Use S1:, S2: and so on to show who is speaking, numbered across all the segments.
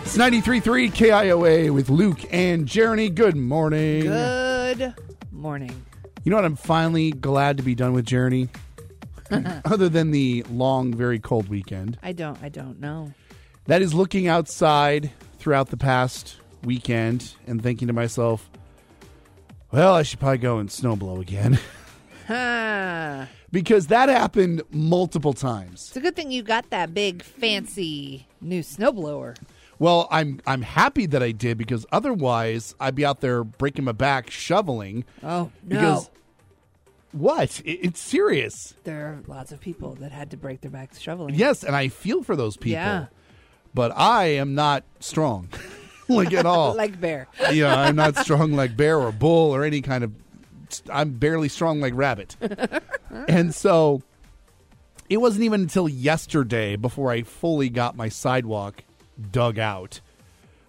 S1: It's 93.3 KIOA with Luke and Jeremy. Good morning.
S2: Good morning.
S1: You know what? I'm finally glad to be done with Jeremy. Other than the long, very cold weekend.
S2: I don't. I don't know.
S1: That is looking outside throughout the past weekend and thinking to myself, well, I should probably go and snowblow again.
S2: Huh.
S1: because that happened multiple times.
S2: It's a good thing you got that big fancy new snowblower.
S1: Well, I'm I'm happy that I did because otherwise I'd be out there breaking my back shoveling.
S2: Oh no!
S1: Because- What? It, it's serious.
S2: there are lots of people that had to break their backs shoveling.
S1: Yes, and I feel for those people.
S2: Yeah.
S1: But I am not strong, like at all.
S2: Like bear.
S1: you know, I'm not strong like bear or bull or any kind of. I'm barely strong like rabbit. and so, it wasn't even until yesterday before I fully got my sidewalk dug out,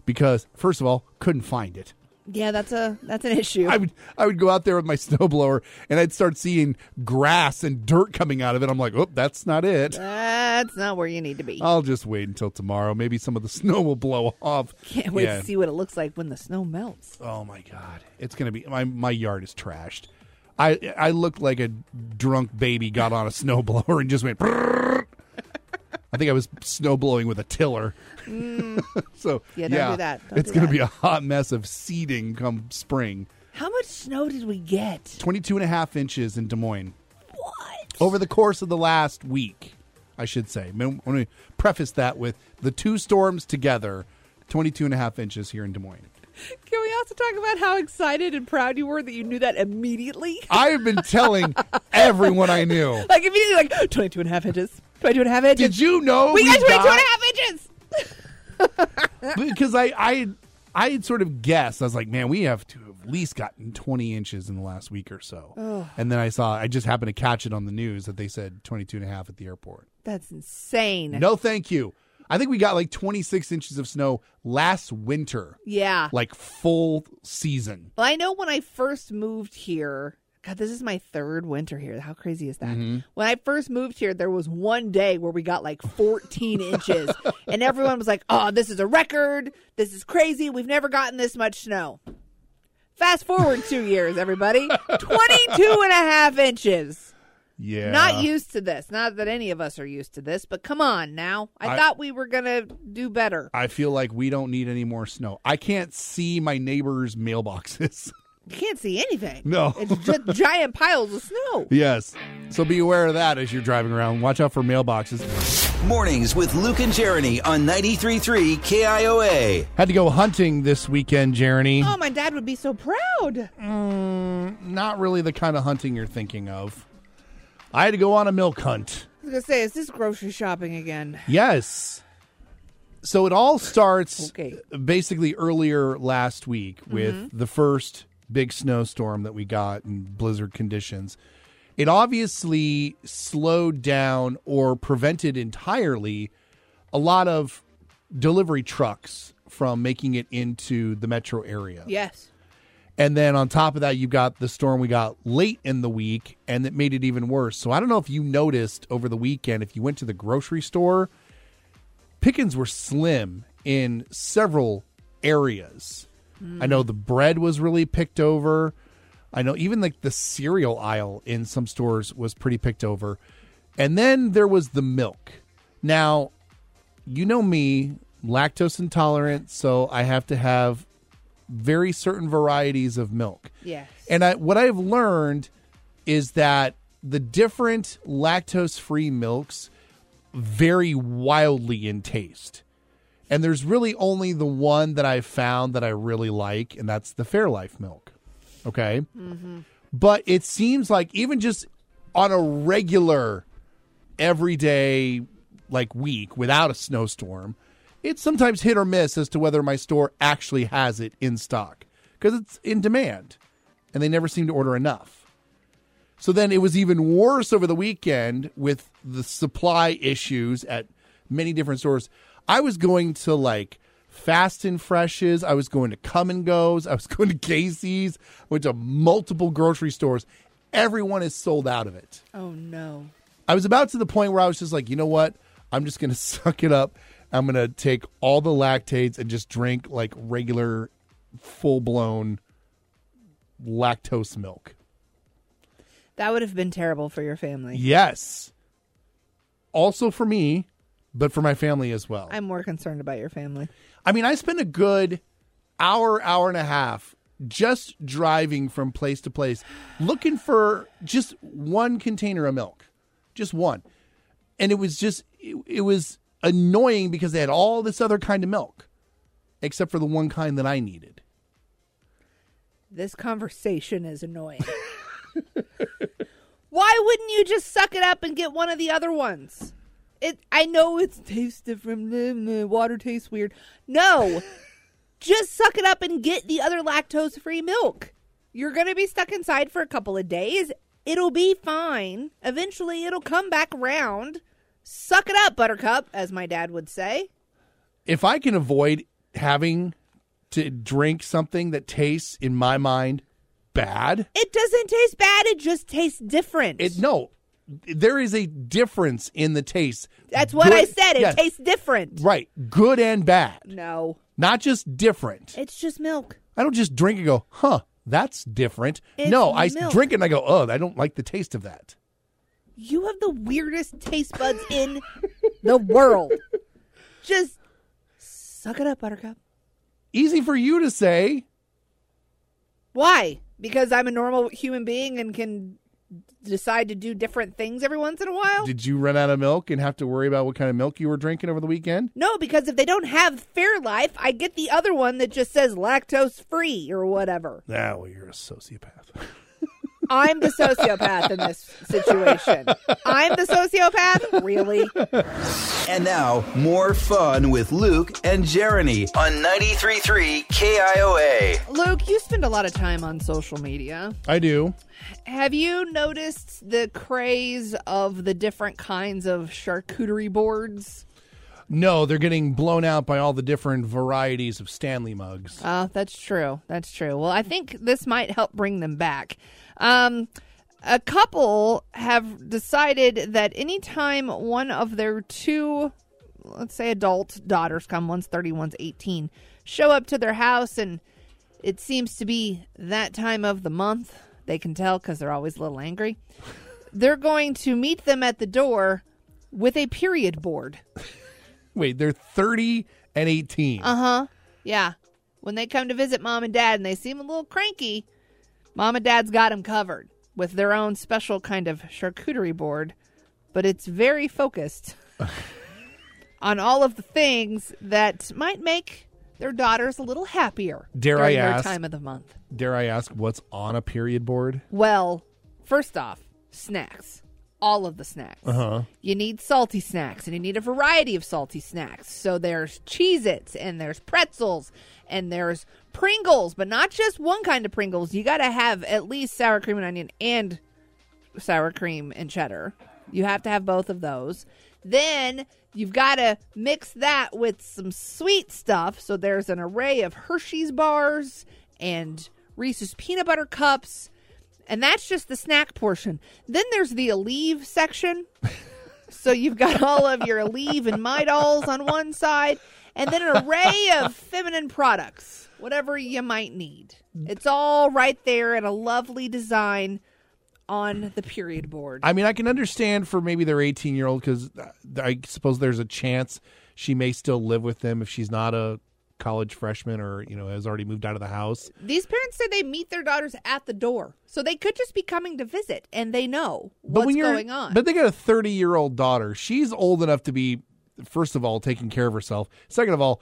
S1: because first of all, couldn't find it.
S2: Yeah, that's a that's an issue.
S1: I would I would go out there with my snowblower and I'd start seeing grass and dirt coming out of it. I'm like, oh, that's not it.
S2: that's not where you need to be.
S1: I'll just wait until tomorrow. Maybe some of the snow will blow off.
S2: Can't wait
S1: Yeah.
S2: to see what it looks like when the snow melts.
S1: Oh my god, it's gonna be my my yard is trashed. I I looked like a drunk baby got on a snowblower and just went. "Brrrr." I think I was snowblowing with a tiller. so
S2: Yeah, don't do that. Don't
S1: it's
S2: do
S1: gonna
S2: that.
S1: be a hot mess of seeding come spring.
S2: How much snow did we get?
S1: 22 and a half inches in Des Moines.
S2: What?
S1: over the course of the last week, I should say. I'm going to preface that with the two storms together, 22 and a half inches here in Des Moines.
S2: Can we also talk about how excited and proud you were that you knew that immediately?
S1: I have been telling everyone I knew.
S2: like immediately, like 22 and a half inches. 22 and a half inches.
S1: Did you know
S2: we, got 22
S1: got-
S2: and a half inches.
S1: Because I, I, I had sort of guessed. I was like, man, we have to have at least gotten 20 inches in the last week or so. And then I saw, I just happened to catch it on the news that they said 22 and a half at the airport.
S2: That's insane.
S1: No, thank you. I think we got like 26 inches of snow last winter.
S2: Yeah.
S1: like full season.
S2: Well, I know when I first moved here, God, this is my third winter here. How crazy is that? When I first moved here, there was one day where we got like 14 inches, and everyone was like, oh, this is a record. This is crazy. We've never gotten this much snow. Fast forward two years, everybody 22 and a half inches.
S1: Yeah.
S2: Not used to this. Not that any of us are used to this, but come on now. I,
S1: I-
S2: thought we were going to do better.
S1: I feel like we don't need any more snow. I can't see my neighbors' mailboxes.
S2: You can't see anything.
S1: No.
S2: It's just giant piles of snow.
S1: yes. So be aware of that as you're driving around. Watch out for mailboxes.
S3: Mornings with Luke and Jeremy on 93.3 KIOA.
S1: Had to go hunting this weekend, Jeremy.
S2: Oh, my dad would be so proud.
S1: Not really the kind of hunting you're thinking of. I had to go on a milk hunt.
S2: I was gonna say, is this grocery shopping again?
S1: Yes. So it all starts
S2: Okay.
S1: basically earlier last week with the first big snowstorm that we got in blizzard conditions. It obviously slowed down or prevented entirely a lot of delivery trucks from making it into the metro area.
S2: Yes.
S1: And then on top of that, you've got the storm we got late in the week, and it made it even worse. So I don't know if you noticed over the weekend, if you went to the grocery store, pickings were slim in several areas. I know the bread was really picked over. I know even like the cereal aisle in some stores was pretty picked over. And then there was the milk. Now, you know me, lactose intolerant, so I have to have very certain varieties of milk.
S2: Yes.
S1: And I, what I've learned is that the different lactose free milks vary wildly in taste. And there's really only the one that I've found that I really like, and that's the Fairlife milk. Okay. But it seems like even just on a regular, everyday, like week without a snowstorm, it's sometimes hit or miss as to whether my store actually has it in stock because it's in demand and they never seem to order enough. So then it was even worse over the weekend with the supply issues at many different stores. I was going to like Fast and Freshes, I was going to Come and Goes, I was going to Casey's, I went to multiple grocery stores. Everyone is sold out of it.
S2: Oh no.
S1: I was about to the point where I was just like, you know what? I'm just going to suck it up I'm gonna take all the lactates and just drink like regular, full blown lactose milk.
S2: That would have been terrible for your family.
S1: Yes. Also for me, but for my family as well.
S2: I'm more concerned about your family.
S1: I mean, I spent a good hour, hour and a half just driving from place to place looking for just one container of milk, just one. And it was just, it, it was annoying because they had all this other kind of milk, except for the one kind that I needed.
S2: This conversation is annoying. Why wouldn't you just suck it up and get one of the other ones? It I know it tastes different. mm, mm, Water tastes weird. No. just suck it up and get the other lactose-free milk. You're going to be stuck inside for a couple of days. It'll be fine. Eventually it'll come back around. Suck it up, buttercup, as my dad would say.
S1: If I can avoid having to drink something that tastes, in my mind, bad,
S2: It doesn't taste bad, it just tastes different.
S1: It no, there is a difference in the taste.
S2: That's what
S1: Good-
S2: I said. It
S1: yes,
S2: tastes different.
S1: right, good and bad,
S2: No,
S1: not just different.
S2: it's just milk.
S1: I don't just drink and go, huh, that's different.
S2: It's
S1: no, I
S2: milk.
S1: drink it and I go, oh, I don't like the taste of that.
S2: You have the weirdest taste buds in the world. Just suck it up, Buttercup.
S1: Easy for you to say.
S2: Why? Because I'm a normal human being and can decide to do different things every once in a while?
S1: Did you run out of milk and have to worry about what kind of milk you were drinking over the weekend?
S2: No, because if they don't have Fairlife, I get the other one that just says lactose free or whatever.
S1: Ah, well, you're a sociopath.
S2: I'm the sociopath in this situation. I'm the sociopath? Really?
S3: And now, more fun with Luke and Jeremy on 93.3 KIOA.
S2: Luke, you spend a lot of time on social media.
S1: I do.
S2: Have you noticed the craze of the different kinds of charcuterie boards?
S1: No, they're getting blown out by all the different varieties of Stanley mugs.
S2: Uh, that's true. That's true. Well, I think this might help bring them back. Um, a couple have decided that anytime one of their two, let's say adult daughters come, one's 30, one's 18, show up to their house and it seems to be that time of the month. They can tell because they're always a little angry. They're going to meet them at the door with a period board.
S1: Wait, they're 30 and 18.
S2: Uh-huh. Yeah. When they come to visit mom and dad and they seem a little cranky, mom and dad's got them covered with their own special kind of charcuterie board, but it's very focused on all of the things that might make their daughters a little happier
S1: Dare I
S2: during their
S1: ask?
S2: time of the month.
S1: Dare I ask what's on a period board?
S2: Well, first off, snacks. All of the snacks. Uh-huh. You need salty snacks, and you need a variety of salty snacks. So there's Cheez Its, and there's pretzels, and there's Pringles, but not just one kind of Pringles. You got to have at least sour cream and onion and sour cream and cheddar. You have to have both of those. Then you've got to mix that with some sweet stuff. So there's an array of Hershey's bars and Reese's peanut butter cups. And that's just the snack portion. Then there's the Aleve section. so you've got all of your Aleve and My Dolls on one side, and then an array of feminine products, whatever you might need. It's all right there in a lovely design on the period board.
S1: I mean, I can understand for maybe their 18 year old because I suppose there's a chance she may still live with them if she's not a college freshman or, you know, has already moved out of the house.
S2: These parents say they meet their daughters at the door, so they could just be coming to visit, and they know
S1: But
S2: what's
S1: when you're,
S2: going on.
S1: But they got a 30 year old daughter. She's old enough to be, first of all, taking care of herself. Second of all,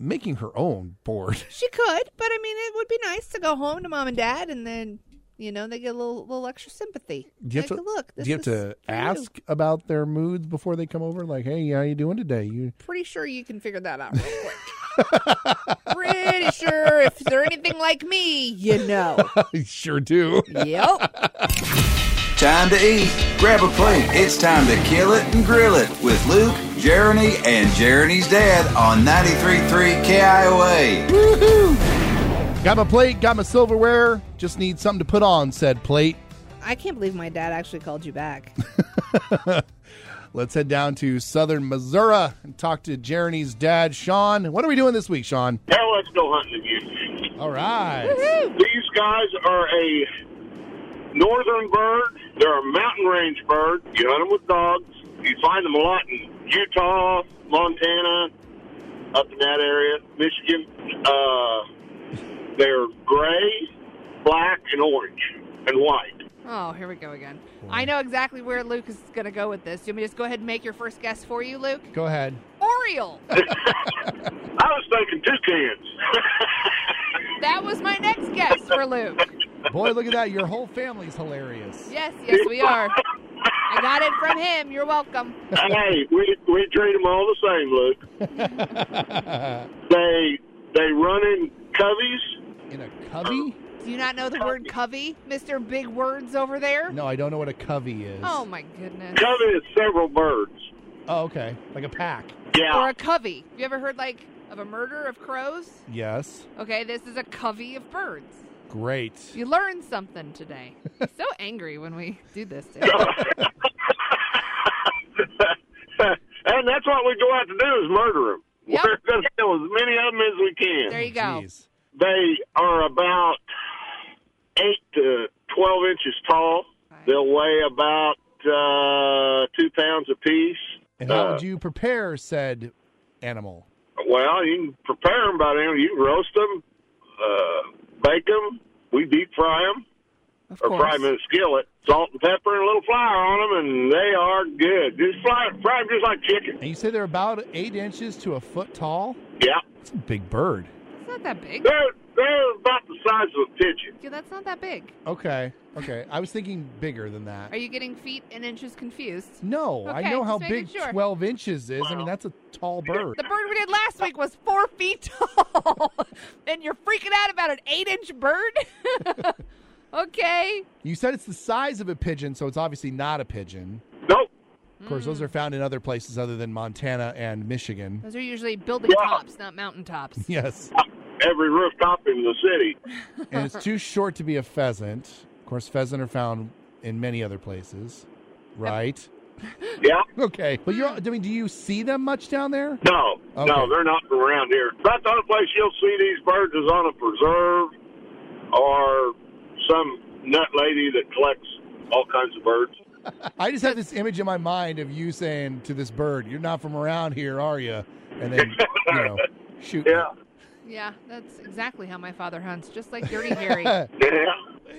S1: making her own board.
S2: She could, but I mean, it would be nice to go home to mom and dad, and then you know they get a little little extra sympathy.
S1: Do you have
S2: Like,
S1: to
S2: look. This
S1: Do you have
S2: is
S1: to
S2: for you.
S1: ask about their moods before they come over? Like, hey, how you doing today? You
S2: Pretty sure you can figure that out. Real quick. Pretty sure if they're anything like me, you know.
S1: sure do.
S2: Yep.
S3: Time to eat. Grab a plate. It's time to kill it and grill it with Luke, Jeremy, and Jeremy's dad on 93.3 KIOA.
S1: Got my plate. Got my silverware. Just need something to put on said plate.
S2: I can't believe my dad actually called you back.
S1: Let's head down to southern Missouri and talk to Jeremy's dad, Sean. What are we doing this week, Sean?
S4: Now let's go hunting again.
S1: All right.
S4: These guys are a northern bird. They're a mountain range bird. You hunt them with dogs. You find them a lot in Utah, Montana, up in that area, Michigan. Uh, they're gray, black, and orange, and white.
S2: Oh, here we go again. I know exactly where Luke is going to go with this. Do you want me to just go ahead and make your first guess for you, Luke?
S1: Go ahead.
S2: Oriole.
S4: I was thinking toucans.
S2: that was my next guess for Luke.
S1: Boy, look at that. Your whole family's hilarious.
S2: Yes, yes, we are. I got it from him. You're welcome.
S4: hey, we we treat them all the same, Luke. they they run in coveys.
S1: In a covey?
S2: Do you not know the word covey, Mr. Big Words over there?
S1: No, I don't know what a covey is.
S2: Oh, my goodness.
S4: Covey is several birds.
S1: Oh, okay. Like a pack.
S4: Yeah,
S2: Or a covey. You ever heard, like, of a murder of crows?
S1: Yes.
S2: Okay, this is a covey of birds.
S1: Great.
S2: You learned something today. so angry when we do this. Today.
S4: and that's what we go out to do is murder them.
S2: Yep.
S4: We're going to kill as many of them as we can.
S2: There you go.
S1: Jeez.
S4: They are about eight to twelve inches tall. They'll weigh about uh, two pounds apiece.
S1: And how
S4: Uh,
S1: would you prepare said animal?
S4: Well, you can prepare them by then. You can roast them, uh, bake them. We deep fry them
S5: Of
S4: or fry
S5: course.
S4: them in a skillet. Salt and pepper and a little flour on them, and they are good. Just fry, fry them just like chicken.
S1: And you say they're about eight inches to a foot tall?
S4: Yeah,
S1: It's a big bird.
S2: It's not that big.
S4: they're they're about the size of a pigeon.
S2: Dude, that's not that big.
S1: Okay. Okay. I was thinking bigger than that.
S2: Are you getting feet and inches confused?
S1: No, I
S2: Okay,
S1: know how
S2: just making
S1: big
S2: sure.
S1: 12 inches is. I mean, that's a tall bird.
S2: The bird we did last week was four feet tall, and you're freaking out about an eight-inch bird. okay,
S1: You said it's the size of a pigeon, so it's obviously not a pigeon.
S4: Nope.
S1: Of course,
S2: Mm.
S1: those are found in other places other than Montana and Michigan.
S2: those are usually building
S4: Yeah.
S2: tops, not mountain tops.
S1: Yes.
S4: Every rooftop in the city.
S1: and it's too short to be a pheasant. Of course, pheasant are found in many other places, right?
S4: Yeah.
S1: Okay. But you're, I mean, do you see them much down there?
S4: No,
S1: Okay.
S4: no, they're not from around here. About the only place you'll see these birds is on a preserve or some nut lady that collects all kinds of birds.
S1: I just have this image in my mind of you saying to this bird, "You're not from around here, are you?" And then, you know, shoot.
S4: Yeah,
S2: Yeah, that's exactly how my father hunts, just like Dirty Harry.
S4: yeah.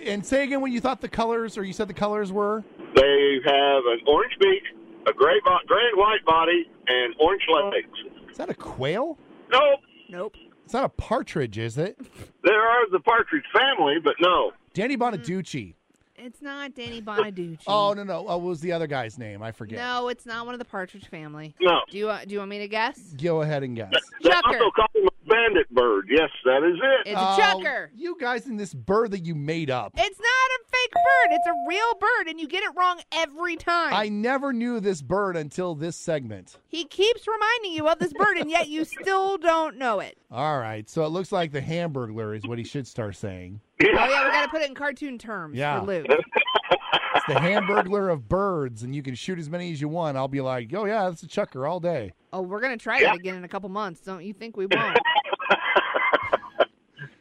S1: And say again when you thought the colors, or you said the colors were.
S4: They have an orange beak, a gray, bo- gray and white body, and orange legs.
S1: Is that a quail?
S4: No,
S2: nope.
S1: It's not a partridge, is it?
S4: there are the partridge family, but no.
S1: Danny Bonaducci.
S2: It's not Danny Bonaducci.
S1: Oh no no! Oh, what was the other guy's name? I forget.
S2: No, it's not one of the Partridge family.
S4: No.
S2: Do you uh, do you want me to guess?
S1: Go ahead and guess.
S4: They
S2: Chucker.
S4: also call them a bandit bird. Yes, that is it.
S2: It's
S1: Oh,
S2: a chucker.
S1: You guys in this bird that you made up.
S2: It's not a fake bird. It's a real bird, and you get it wrong every time.
S1: I never knew this bird until this segment.
S2: He keeps reminding you of this bird, and yet you still don't know it.
S1: All right, so it looks like the Hamburglar is what he should start saying.
S2: Oh yeah, we got to put it in cartoon terms
S1: Yeah.
S2: for Luke.
S1: It's the Hamburglar of birds, and you can shoot as many as you want. I'll be like, oh yeah, that's a chucker all day.
S2: Oh, we're gonna try
S4: Yeah.
S2: it again in a couple months. Don't you think we won't?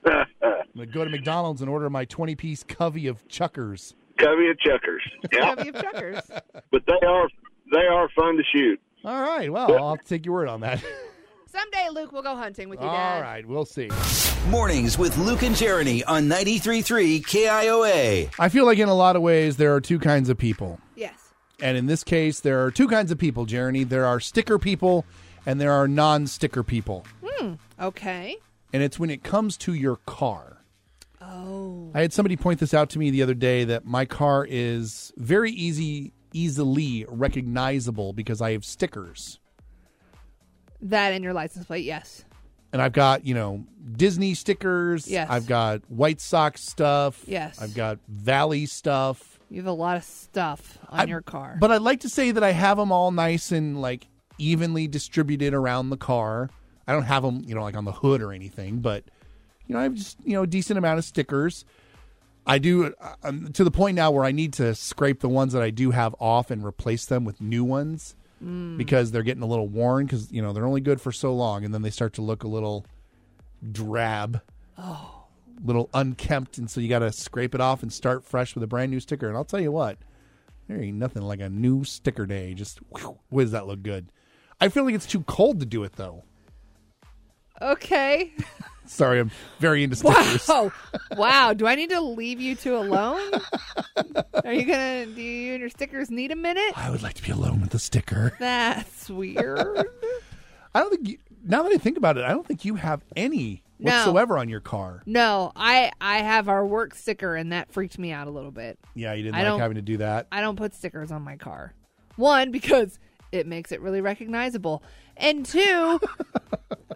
S1: I'm gonna go to McDonald's and order my 20 piece covey of chuckers.
S4: Covey of chuckers. Yeah,
S2: Covey of chuckers.
S4: but they are they are fun to shoot.
S1: All right, well, I'll take your word on that.
S2: Someday, Luke, we'll go hunting with you, Dad.
S1: all right, we'll see.
S3: Mornings with Luke and Jeremy on 93.3 KIOA.
S1: I feel like in a lot of ways there are two kinds of people.
S2: Yes.
S1: And in this case, there are two kinds of people, Jeremy. There are sticker people and there are non sticker people.
S5: Okay.
S1: And it's when it comes to your car. Oh. I had somebody point this out to me the other day that my car is very easy, easily recognizable because I have stickers.
S5: That and your license plate, yes.
S1: and I've got you know Disney stickers.
S5: Yes.
S1: I've got White Sox stuff.
S5: Yes.
S1: I've got Valley stuff.
S5: You have a lot of stuff on
S1: I-
S5: your car.
S1: But I'd like to say that I have them all nice and like evenly distributed around the car. I don't have them you know like on the hood or anything, but you know I have just you know a decent amount of stickers. I do uh, um, I'm to the point now where I need to scrape the ones that I do have off and replace them with new ones. because they're getting a little worn because you know they're only good for so long, and then they start to look a little drab, oh, little unkempt, and so you got to scrape it off and start fresh with a brand new sticker. And I'll tell you what, there ain't nothing like a new sticker day. Just whew, boy, does that look good? I feel like it's too cold to do it though.
S2: Okay.
S1: Sorry, I'm very into stickers.
S2: Wow. wow. Do I need to leave you two alone? Are you gonna? Do you and your stickers need a minute?
S1: I would like to be alone with a sticker.
S2: That's weird.
S1: I don't think you, now that I think about it, I don't think you have any
S2: No.
S1: whatsoever on your car.
S2: No, I I have our work sticker, and that freaked me out a little bit.
S1: Yeah, you didn't
S2: I
S1: like
S2: don't-
S1: having to do that.
S2: I don't put stickers on my car. One, because it makes it really recognizable. And two,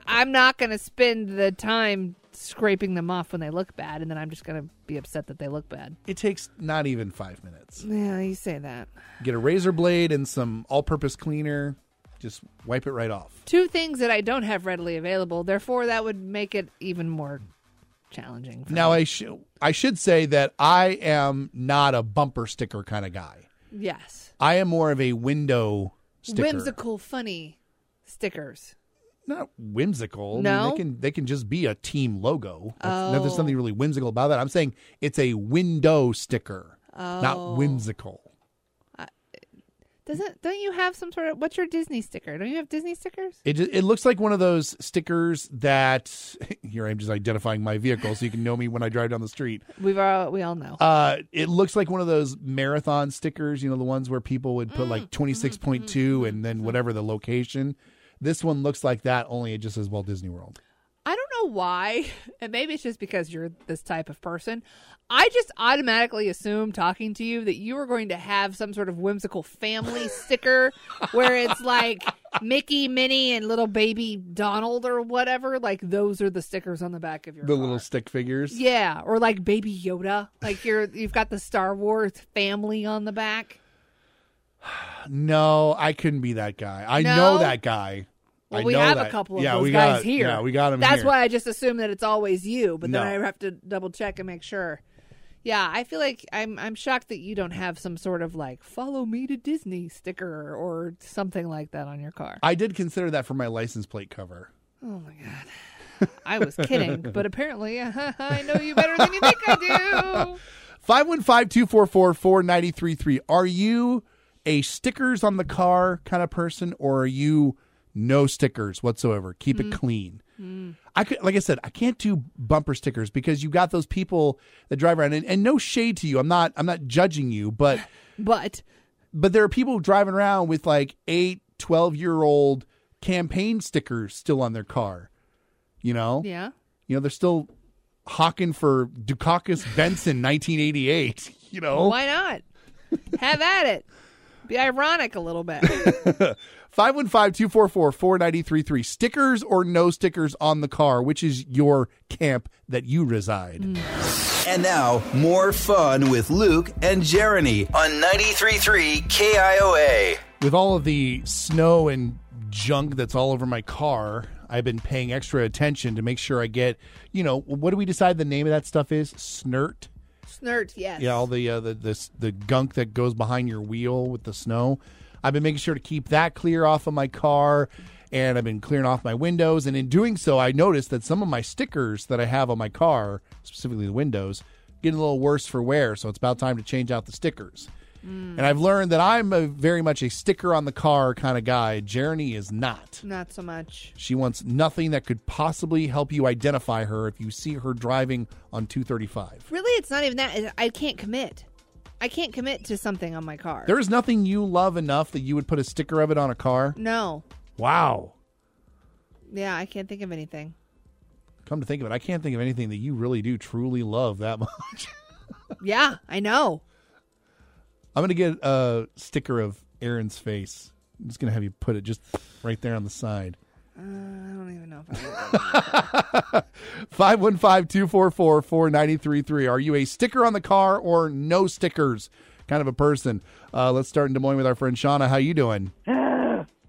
S2: I'm not going to spend the time scraping them off when they look bad, and then I'm just going to be upset that they look bad.
S1: It takes not even five minutes.
S2: Yeah, you say that.
S1: Get a razor blade and some all-purpose cleaner. Just wipe it right off.
S2: Two things that I don't have readily available, therefore, that would make it even more challenging.
S1: Now I should I should say that I am not a bumper sticker kind of guy.
S2: Yes.
S1: I am more of a window sticker.
S2: Whimsical, funny stickers.
S1: Not whimsical. I mean,
S2: No?
S1: they can they can just be a team logo. That's-
S2: Oh.
S1: There's nothing really whimsical about that. I'm saying it's a window sticker,
S2: Oh.
S1: not whimsical.
S2: Doesn't don't you have some sort of what's your Disney sticker? Don't you have Disney stickers?
S1: It ju- it looks like one of those stickers that here I'm just identifying my vehicle so you can know me when I drive down the street.
S2: We've all we all know.
S1: Uh, it looks like one of those marathon stickers, you know, the ones where people would put
S2: Mm,
S1: like 26.2 and then whatever the location. This one looks like that, only it just says Walt Disney World.
S2: I don't know why, and maybe it's just because you're this type of person. I just automatically assume talking to you that you are going to have some sort of whimsical family sticker where it's like Mickey, Minnie, and little baby Donald or whatever. Like those are the stickers on the back of your
S1: The
S2: car.
S1: little stick figures.
S2: yeah, or like baby Yoda. Like you're you've got the Star Wars family on the back.
S1: No, I couldn't be that guy. I
S2: No?
S1: know that guy.
S2: Well,
S1: I
S2: we
S1: know
S2: have
S1: that-
S2: a couple of
S1: yeah,
S2: those
S1: we
S2: guys
S1: got,
S2: here.
S1: Yeah, we got him
S2: That's
S1: here.
S2: why I just assume that it's always you, but then
S1: No.
S2: I have to double check and make sure. Yeah, I feel like I'm I'm shocked that you don't have some sort of like follow me to Disney sticker or something like that on your car.
S1: I did consider that for my license plate cover.
S2: Oh my god. I was kidding, but apparently I know you better than you think I do.
S1: 515-244-4933 are you a stickers on the car kind of person or are you no stickers whatsoever keep
S2: Mm.
S1: it clean i could like i said i can't do bumper stickers because you got those people that drive around and, and no shade to you i'm not i'm not judging you but
S2: But
S1: but there are people driving around with like 8 12 year old campaign stickers still on their car you know
S2: yeah.
S1: you know they're still hawking for dukakis benson 1988 you know
S2: Why not? Have at it. Be ironic a little bit.
S1: 515-244-4933 stickers or no stickers on the car which is your camp that you reside
S3: And now, more fun with Luke and Jeremy on 93.3 KIOA.
S1: with all of the snow and junk that's all over my car i've been paying extra attention to make sure i get you know what do we decide the name of that stuff is snert
S2: Snert, yes.
S1: yeah all the uh, the this the gunk that goes behind your wheel with the snow i've been making sure to keep that clear off of my car and i've been clearing off my windows and in doing so i noticed that some of my stickers that i have on my car specifically the windows getting a little worse for wear so it's about time to change out the stickers and i've learned that i'm a very much a sticker on the car kind of guy jeremy is not
S2: Not so much.
S1: she wants nothing that could possibly help you identify her if you see her driving on 235
S2: Really, it's not even that. I can't commit. I can't commit to something on my car.
S1: There is nothing you love enough that you would put a sticker of it on a car.
S2: no.
S1: Wow.
S2: Yeah, I can't think of anything.
S1: Come to think of it, I can't think of anything that you really do truly love that much.
S2: Yeah, I know.
S1: I'm going to get a sticker of Aaron's face. I'm just going to have you put it just right there on the side.
S2: I don't even know if I would.
S1: 515-244-4933. Are you a sticker on the car or no stickers kind of a person? Uh, let's start in Des Moines with our friend Shauna. How you doing?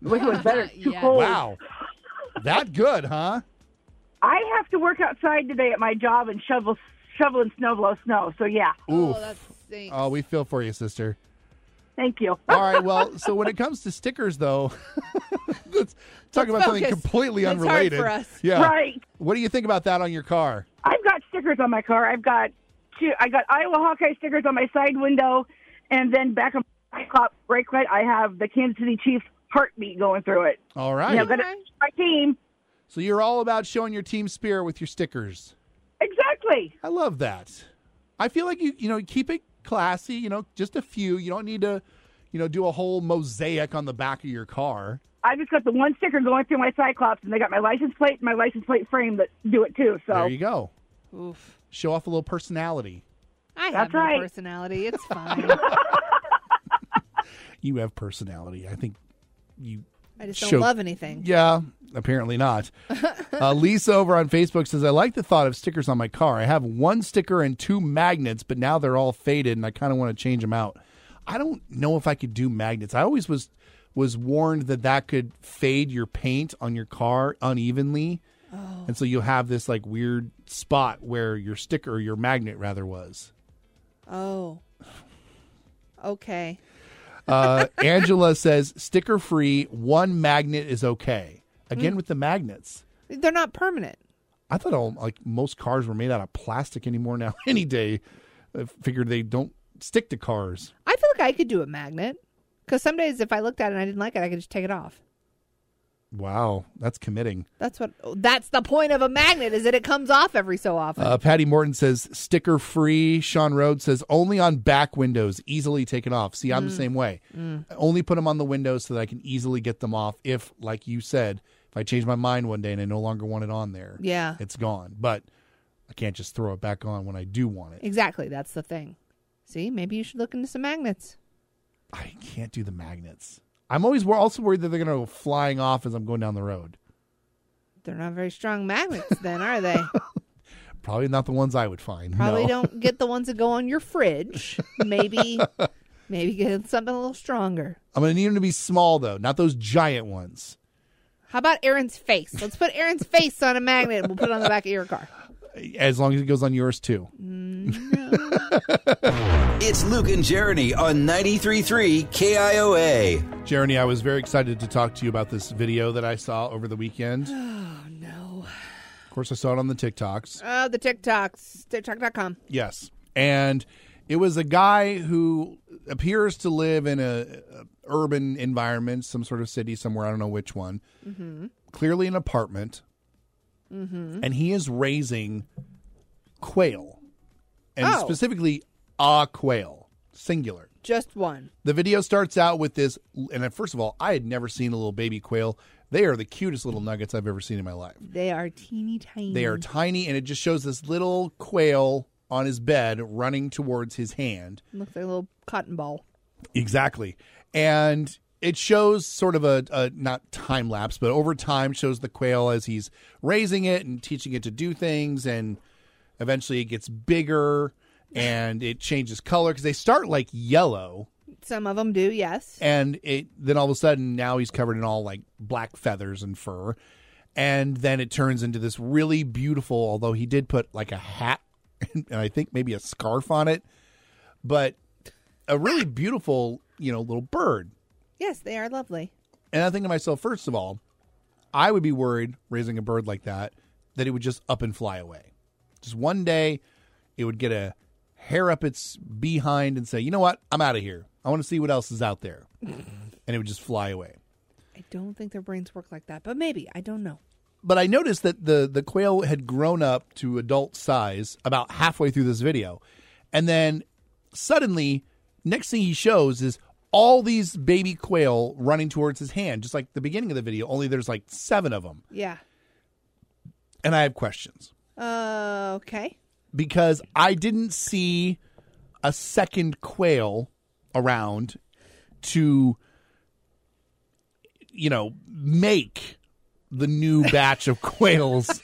S6: Which was better? Too
S2: Yeah.
S6: cold.
S1: Wow. That good, huh?
S6: I have to work outside today at my job and shovel shoveling snow blow snow. So yeah,
S2: Oh, that stinks.
S1: Oh, we feel for you, sister.
S6: Thank you.
S1: All right. Well, so when it comes to stickers, though, let's talk about something
S2: focus.
S1: completely
S2: That's hard
S1: unrelated.
S2: for us.
S1: Yeah.
S6: Right.
S1: What do you think about that on your car?
S6: I've got stickers on my car. I've got two. I got Iowa Hawkeye stickers on my side window, and then back on my cop brake light, I have the Kansas City Chiefs heartbeat going through it.
S1: All right.
S6: Yeah, but
S2: Okay.
S6: it's my team.
S1: So you're all about showing your team spirit with your stickers.
S6: Exactly.
S1: I love that. I feel like you you know keep it classy. You know, just a few. You don't need to, you know, do a whole mosaic on the back of your car.
S6: I just got the one sticker going through my Cyclops, and they got my license plate and my license plate frame that do it too. So
S1: There you go.
S2: Oof.
S1: Show off a little personality.
S2: I have
S6: That's
S2: no
S6: right.
S2: personality. It's fine.
S1: You have personality. I think you
S2: I just don't
S1: Show-
S2: love anything.
S1: Yeah, apparently not. uh, Lisa over on Facebook says, I like the thought of stickers on my car. I have one sticker and two magnets, but now they're all faded and I kind of want to change them out. I don't know if I could do magnets. I always was was warned that that could fade your paint on your car unevenly. And so you'll have this like weird spot where your sticker or your magnet rather was.
S2: Oh. Okay.
S1: Uh, Angela says sticker free, one magnet is okay. Again with the magnets.
S2: They're not permanent.
S1: I thought all like most cars were made out of plastic anymore now. Any day, I figured they don't stick to cars.
S2: I feel like I could do a magnet because some days if I looked at it and I didn't like it, I could just take it off.
S1: Wow, that's committing.
S2: That's what. That's the point of a magnet is that it comes off every so often.
S1: Uh, Patty Morton says sticker free. Sean Rhodes says only on back windows, easily taken off. See, I'm the same way. I only put them on the windows so that I can easily get them off. If, like you said, if I change my mind one day and I no longer want it on there,
S2: Yeah.
S1: it's gone. But I can't just throw it back on when I do want it.
S2: exactly. That's the thing. See, maybe you should look into some magnets.
S1: I can't do the magnets. I'm always wor- also worried that they're going to go flying off as I'm going down the road.
S2: They're not very strong magnets, then, are they?
S1: Probably not the ones I would find.
S2: Probably
S1: no.
S2: don't get the ones that go on your fridge. Maybe, maybe get something a little stronger.
S1: I'm going to need them to be small though, not those giant ones.
S2: How about Aaron's face? Let's put Aaron's face on a magnet and we'll put it on the back of your car.
S1: As long as it goes on yours too.
S3: It's Luke and Jeremy on 93.3 KIOA.
S1: Jeremy, I was very excited to talk to you about this video that I saw over the weekend. Of
S2: Oh, No.
S1: course, I saw it on the TikToks.
S2: Oh, the TikToks. TikTok.com.
S1: Yes. And it was a guy who appears to live in a, a urban environment, some sort of city somewhere, I don't know which one. Clearly an apartment. And he is raising quail. And
S2: Oh.
S1: specifically a quail, singular.
S2: Just one.
S1: The video starts out with this and I- first of all, I had never seen a little baby quail. They are the cutest little nuggets I've ever seen in my life.
S2: They are teeny tiny.
S1: They are tiny, and it just shows this little quail on his bed running towards his hand.
S2: Look, they're a little cotton ball.
S1: Exactly. And it shows sort of a, a not time lapse, but over time shows the quail as he's raising it and teaching it to do things. And eventually it gets bigger and it changes color because they start like yellow.
S2: Some of them do, yes.
S1: And it then all of a sudden now he's covered in all like black feathers and fur. And then it turns into this really beautiful, although he did put like a hat and I think maybe a scarf on it, but a really beautiful, you know, little bird.
S2: Yes, they are lovely.
S1: And I think to myself, first of all, I would be worried raising a bird like that that it would just up and fly away. Just one day, it would get a hair up its behind and say, "You know what? I'm out of here. I want to see what else is out there," and it would just fly away.
S2: I don't think their brains work like that, but maybe. I don't know.
S1: But I noticed that the the quail had grown up to adult size about halfway through this video, and then suddenly, next thing he shows is all these baby quail running towards his hand, just like the beginning of the video. Only there's like seven of them.
S2: Yeah.
S1: and I have questions
S2: Uh, okay.
S1: because I didn't see a second quail around to you know make the new batch of quails.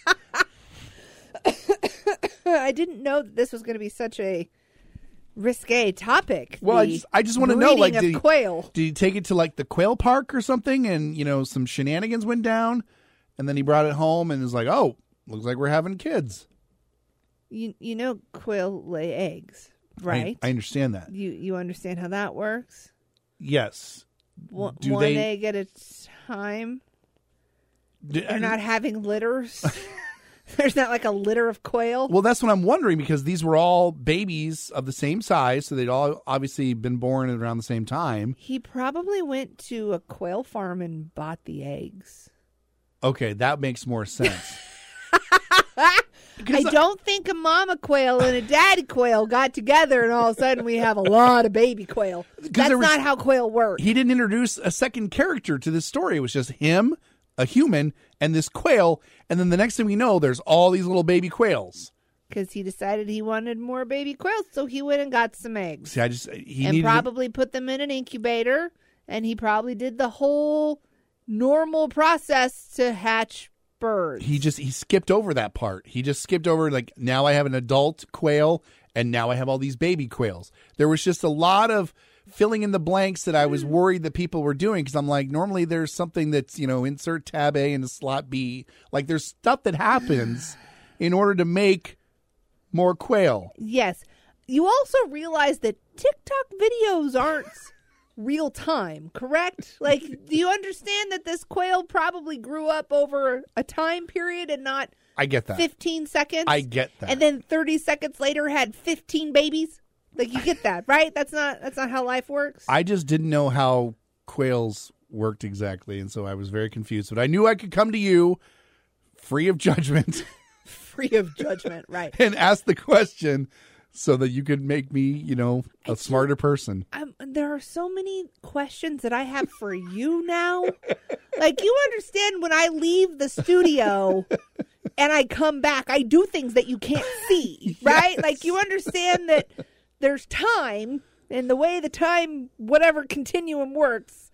S2: I didn't know that this was going to be such a risque topic.
S1: Well, I
S2: the
S1: just, I just want to know like
S2: breeding of
S1: did he,
S2: quail.
S1: did he take it to like the quail park or something and you know some shenanigans went down and then he brought it home and was like, "Oh, looks like we're having kids."
S2: You you know quail lay eggs,
S1: I-
S2: right?
S1: I understand that.
S2: you you understand how that works?
S1: Yes.
S5: One,
S1: Do
S5: one
S1: they-
S5: egg at a time.
S1: D-
S5: They're not having litters. There's not like a litter of quail.
S1: Well, that's what I'm wondering because these were all babies of the same size, so they'd all obviously been born at around the same time.
S5: He probably went to a quail farm and bought the eggs.
S1: Okay, that makes more sense.
S5: I don't think a mama quail and a daddy quail got together and all of a sudden we have a lot of baby quail. That's
S1: there was-
S5: not how quail work.
S1: he didn't introduce a second character to this story. It was just him, a human, and this quail. And then the next thing we know, there's all these little baby quails.
S5: Because he decided he wanted more baby quails, so he went and got some eggs.
S1: See, I just he
S5: and
S1: needed
S5: probably put them in an incubator and he probably did the whole normal process to hatch birds.
S1: he just he skipped over that part. He just skipped over like now I have an adult quail and now I have all these baby quails. There was just a lot of filling in the blanks that I was worried that people were doing because I'm like normally there's something that's you know insert tab A into slot B. Like there's stuff that happens in order to make more quail.
S5: Yes. You also realize that TikTok videos aren't real time, correct? Like, do you understand that this quail probably grew up over a time period and not
S1: I get that.
S5: 15 seconds?
S1: I get that.
S5: And then 30 seconds later had 15 babies? Like, you get that, right? That's not that's not how life works.
S1: I just didn't know how quails worked exactly, and so I was very confused. But I knew I could come to you free of judgment
S5: Free of judgment, right?
S1: and ask the question so that you could make me, you know, a smarter person.
S5: I'm, there are so many questions that I have for you now. like you understand when I leave the studio and I come back, I do things that you can't see, right? Like you understand that there's time and the way the time whatever continuum works,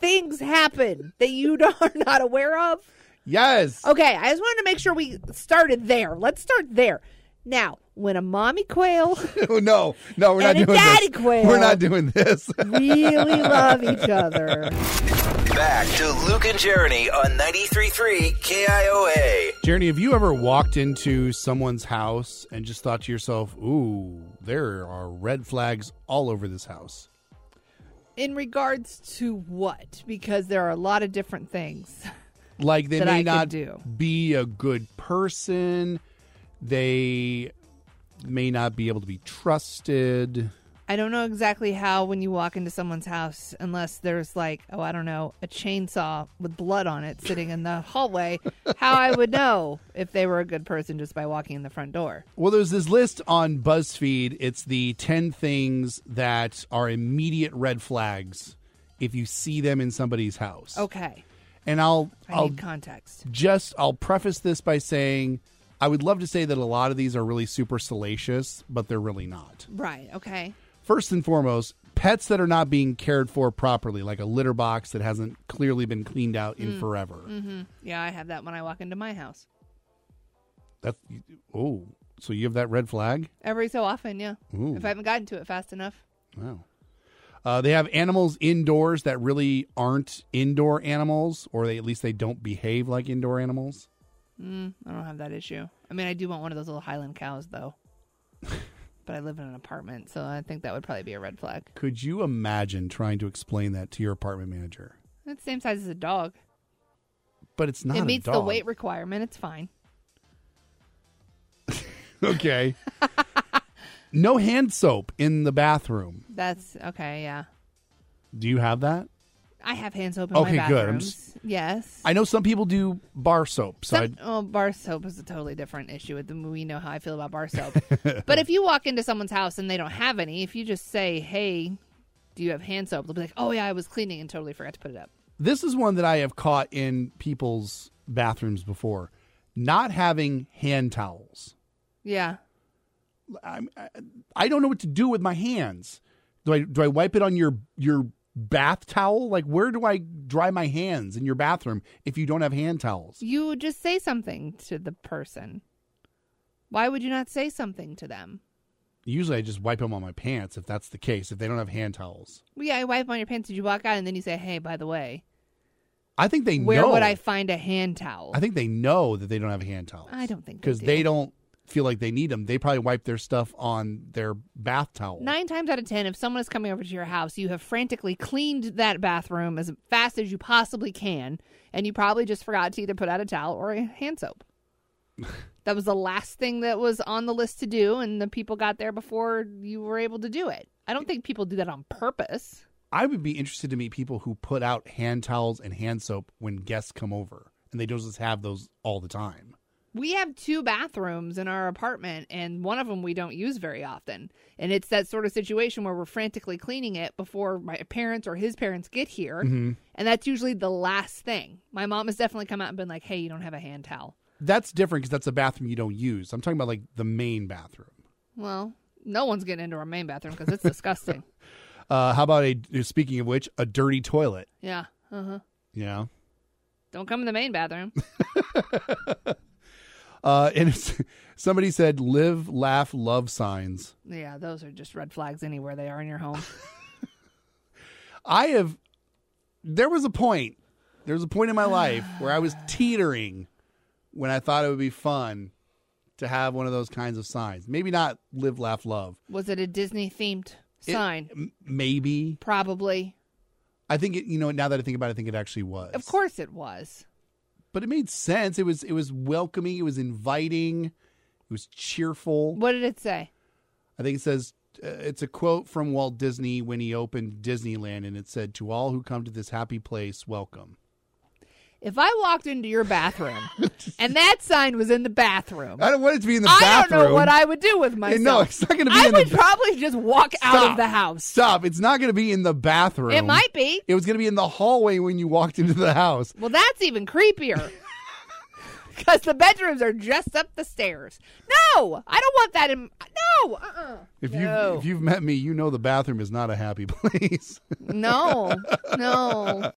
S5: things happen that you don't- are not aware of.
S1: Yes.
S2: Oh.
S5: Okay, I just wanted to make sure we started there. Let's start there. Now, when a mommy quail
S1: no, no, we're
S5: And
S1: not
S5: a
S1: doing
S5: daddy
S1: this.
S5: quail.
S1: We're not doing this.
S5: really love each other.
S3: Back to Luke and Jeremy on 93.3 KIOA.
S1: Jeremy, have you ever walked into someone's house and just thought to yourself, "Ooh, there are red flags all over this house"?
S2: In regards to what? Because there are a lot of different things.
S1: like they
S2: that
S1: may
S2: I could
S1: not
S2: do.
S1: be a good person they may not be able to be trusted
S2: I don't know exactly how when you walk into someone's house, unless there's like, oh, I don't know, a chainsaw with blood on it sitting in the hallway, how I would know if they were a good person just by walking in the front door.
S1: well there's this list on buzzfeed it's the 10 things that are immediate red flags if you see them in somebody's house
S2: Okay.
S1: and i'll
S2: I
S1: i'll
S2: need context.
S1: just I'll preface this by saying I would love to say that a lot of these are really super salacious, but they're really not.
S2: Right. Okay.
S1: First and foremost, pets that are not being cared for properly, like a litter box that hasn't clearly been cleaned out
S2: Mm.
S1: in forever.
S2: Mm-hmm. Yeah, I have that when I walk into my house.
S1: That's oh, so you have that red flag?
S2: Every so often, yeah.
S1: Ooh.
S2: If I haven't gotten to it fast enough.
S1: Wow. Uh, they have animals indoors that really aren't indoor animals, or they at least they don't behave like indoor animals.
S2: I don't have that issue. I mean, I do want one of those little Highland cows, though. but I live in an apartment, so I think that would probably be a red flag.
S1: Could you imagine trying to explain that to your apartment manager?
S2: It's the same size as a dog.
S1: But it's not.
S2: it
S1: a
S2: meets the
S1: dog.
S2: weight requirement. It's fine.
S1: Okay. no hand soap in the bathroom.
S2: That's okay. Yeah,
S1: Do you have that?
S2: I have hand soap in
S1: Okay,
S2: my
S1: good. I'm
S2: bathrooms. Yes.
S1: I know some people do bar soap. So
S2: Some, oh, bar soap is a totally different issue. With them. We know how I feel about bar soap. but if you walk into someone's house and they don't have any, if you just say, "Hey, do you have hand soap?" They'll be like, "Oh yeah, I was cleaning and totally forgot to put it up."
S1: this is one that I have caught in people's bathrooms before. Not having hand towels.
S2: Yeah.
S1: I don't know what to do with my hands. Do I do I wipe it on your your bath towel? Like where do I dry my hands in your bathroom if you don't have hand towels?
S2: You just say something to the person. Why would you not say something to them?
S1: Usually I just wipe them on my pants if that's the case. If they don't have hand towels,
S2: Well, yeah, I wipe on your pants. Did you walk out and then you say, "Hey, by the way,
S1: I think they
S2: where
S1: know.
S2: would I find a hand towel?"
S1: I think they know that they don't have hand towels.
S2: I don't think they
S1: because they
S2: do.
S1: don't feel like they need them. They probably wipe their stuff on their bath towel.
S2: Nine times out of ten, if someone is coming over to your house, you have frantically cleaned that bathroom as fast as you possibly can, and you probably just forgot to either put out a towel or a hand soap. that was the last thing that was on the list to do, and the people got there before you were able to do it. I don't think people do that on purpose.
S1: I would be interested to meet people who put out hand towels and hand soap when guests come over, and they don't just have those all the time.
S2: we have two bathrooms in our apartment and one of them we don't use very often and it's that sort of situation where we're frantically cleaning it before my parents or his parents get here and that's usually the last thing my mom has definitely come out and been like hey you don't have a hand towel
S1: That's different because that's a bathroom you don't use. I'm talking about like the main bathroom.
S2: well no one's getting into our main bathroom because it's disgusting
S1: Uh, how about a speaking of which, a dirty toilet?
S2: yeah uh-huh
S1: You know,
S2: don't come in the main bathroom
S1: uh, and it's, somebody said, "Live, laugh, love" signs.
S2: yeah those are just red flags anywhere they are in your home
S1: I have. There was a point. There was a point in my life where I was teetering when I thought it would be fun to have one of those kinds of signs. Maybe not live, laugh, love.
S2: was it a disney themed sign
S1: M- maybe.
S2: probably
S1: I think it, you know. Now that I think about it, I think it actually was.
S2: of course it was
S1: but it made sense. It was it was welcoming. It was inviting. It was cheerful.
S2: what did it say
S1: I think it says uh, it's a quote from Walt Disney when he opened Disneyland, and it said, "To all who come to this happy place, welcome."
S2: If I walked into your bathroom and that sign was in the bathroom,
S1: I don't want it to be in the
S2: I
S1: bathroom.
S2: don't know what I would do with
S1: Hey,
S2: myself.
S1: No, it's not going to be
S2: I
S1: in the
S2: would probably just walk out
S1: Stop.
S2: of the house.
S1: Stop. It's not going to be in the bathroom.
S2: It might be.
S1: It was going to be in the hallway when you walked into the house.
S2: Well, that's even creepier. Because the bedrooms are just up the stairs. No, I don't want that in. No, uh-uh.
S1: If
S2: No.
S1: you if you've met me, you know the bathroom is not a happy place.
S2: no, no.